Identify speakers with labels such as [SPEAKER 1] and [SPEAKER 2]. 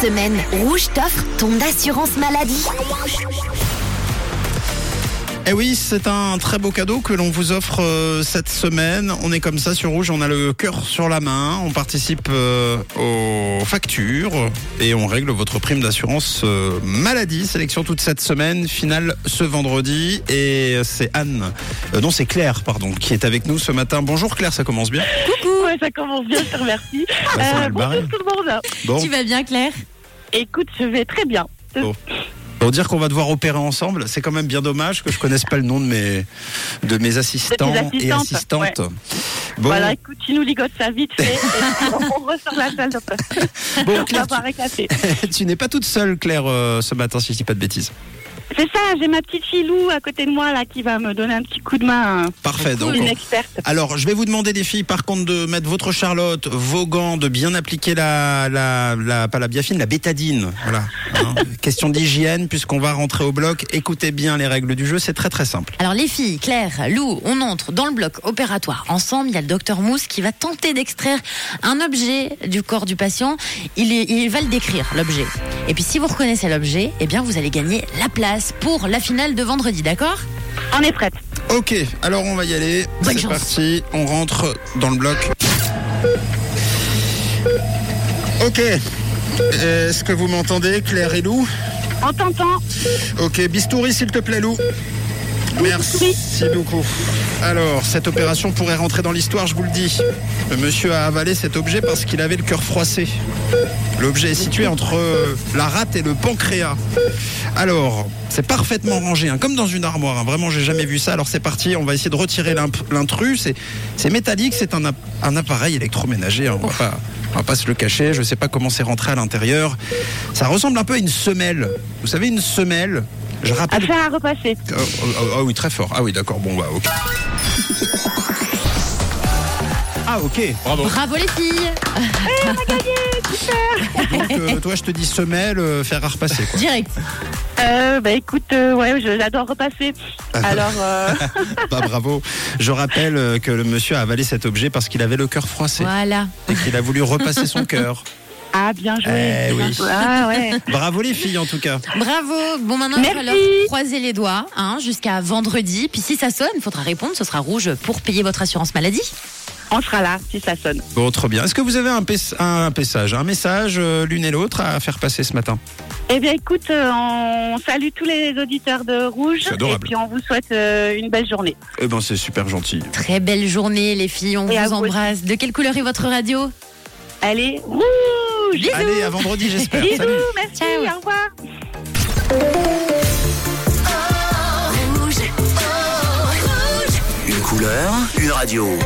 [SPEAKER 1] semaine, Rouge t'offre ton assurance maladie.
[SPEAKER 2] Eh oui, c'est un très beau cadeau que l'on vous offre euh, cette semaine. On est comme ça sur Rouge, on a le cœur sur la main, on participe euh, aux factures et on règle votre prime d'assurance euh, maladie. Sélection toute cette semaine, finale ce vendredi et c'est Anne, euh, non c'est Claire, pardon, qui est avec nous ce matin. Bonjour Claire, ça commence bien.
[SPEAKER 3] Coucou, ouais, ça commence bien, je te remercie.
[SPEAKER 2] Bah, c'est
[SPEAKER 3] Euh,
[SPEAKER 2] mal barré.
[SPEAKER 3] bonjour tout le monde.
[SPEAKER 2] Bon,
[SPEAKER 4] Tu vas bien, Claire
[SPEAKER 3] Écoute, je vais très bien.
[SPEAKER 2] pour dire qu'on va devoir opérer ensemble, c'est quand même bien dommage que je connaisse pas le nom de mes de mes assistants et
[SPEAKER 3] assistantes,
[SPEAKER 2] assistantes. Bon,
[SPEAKER 3] Voilà, écoute, tu nous ligotes ça vite fait. et puis on ressort la salle. euh,
[SPEAKER 2] bon
[SPEAKER 3] On va
[SPEAKER 2] Claire, tu-
[SPEAKER 3] boire un café.
[SPEAKER 2] tu n'es pas toute seule, Claire, euh, ce matin, si je dis pas de bêtises.
[SPEAKER 3] C'est ça, j'ai ma petite fille Lou à côté de moi là qui va me donner un petit coup de main. hein.
[SPEAKER 2] Parfait. Donc,
[SPEAKER 3] Une
[SPEAKER 2] on-
[SPEAKER 3] experte.
[SPEAKER 2] alors, je vais vous demander, les filles, par contre, de mettre votre Charlotte, vos gants, de bien appliquer la, la, la pas la biafine, la bétadine. Voilà. hein. Question d'hygiène, puisqu'on va rentrer au bloc. Écoutez bien les règles du jeu, c'est très très simple.
[SPEAKER 4] Alors les filles, Claire, Lou, on entre dans le bloc opératoire. Ensemble, il y a le docteur Mousse qui va tenter d'extraire un objet du corps du patient. Il, est- il va le décrire, l'objet. Et puis si vous reconnaissez l'objet, eh bien vous allez gagner la place pour la finale de vendredi, d'accord
[SPEAKER 3] On est prête.
[SPEAKER 2] Ok, alors on va y aller.
[SPEAKER 4] Bonne
[SPEAKER 2] C'est
[SPEAKER 4] chance.
[SPEAKER 2] parti, on rentre dans le bloc. Ok. Est-ce que vous m'entendez, Claire et Lou
[SPEAKER 3] En t'entend.
[SPEAKER 2] Ok, bistouri s'il te plaît Lou. Merci beaucoup. Alors, cette opération pourrait rentrer dans l'histoire, je vous le dis. Le monsieur a avalé cet objet parce qu'il avait le cœur froissé. L'objet est situé entre euh, la rate et le pancréas. Alors, c'est parfaitement rangé, hein, comme dans une armoire. hein. Vraiment, j'ai jamais vu ça. Alors c'est parti, on va essayer de retirer l'imp- l'intrus. C'est- C'est métallique, c'est un, app- un appareil électroménager. hein. On va pas, on va pas se le cacher. Je sais pas comment c'est rentré à l'intérieur. Ça ressemble un peu à une semelle. Vous savez, une semelle. Je
[SPEAKER 3] À
[SPEAKER 2] rappelle.
[SPEAKER 3] faire à repasser.
[SPEAKER 2] Ah ah, ah oui, très fort. Ah oui, d'accord. Bon bah ok. Ah ok. Bravo.
[SPEAKER 4] Bravo les filles
[SPEAKER 2] Donc euh, toi, je te dis semelle, euh, faire à repasser quoi.
[SPEAKER 4] Direct
[SPEAKER 3] Euh, bah écoute, euh, ouais, je- j'adore repasser. Alors, euh,
[SPEAKER 2] Bah bravo. Je rappelle euh, que le monsieur a avalé cet objet parce qu'il avait le cœur froissé.
[SPEAKER 4] Voilà.
[SPEAKER 2] et qu'il a voulu repasser son cœur.
[SPEAKER 3] ah, bien joué.
[SPEAKER 2] Eh oui.
[SPEAKER 3] Ah ouais.
[SPEAKER 2] Bravo les filles en tout cas.
[SPEAKER 4] Bravo Bon maintenant, il va
[SPEAKER 3] Merci.
[SPEAKER 4] leur croiser les doigts hein, jusqu'à vendredi. Puis si ça sonne, il faudra répondre, ce sera rouge pour payer votre assurance maladie.
[SPEAKER 3] On sera là si ça sonne.
[SPEAKER 2] Bon, trop bien. Est-ce que vous avez un, pes- un message, un message euh, l'une et l'autre à faire passer ce matin
[SPEAKER 3] Eh bien, écoute, euh, on salue tous les auditeurs de Rouge.
[SPEAKER 2] C'est adorable.
[SPEAKER 3] Et puis, on vous souhaite euh, une belle journée.
[SPEAKER 2] Eh ben c'est super gentil.
[SPEAKER 4] Très belle journée les filles, on
[SPEAKER 3] Et à
[SPEAKER 4] vous
[SPEAKER 3] vous
[SPEAKER 4] embrasse. De quelle couleur est votre radio
[SPEAKER 3] Allez, Rouge
[SPEAKER 2] Allez, à vendredi j'espère.
[SPEAKER 3] Bisous,
[SPEAKER 2] Salut.
[SPEAKER 3] merci,
[SPEAKER 4] Ciao.
[SPEAKER 3] au revoir.
[SPEAKER 5] Une couleur, une radio.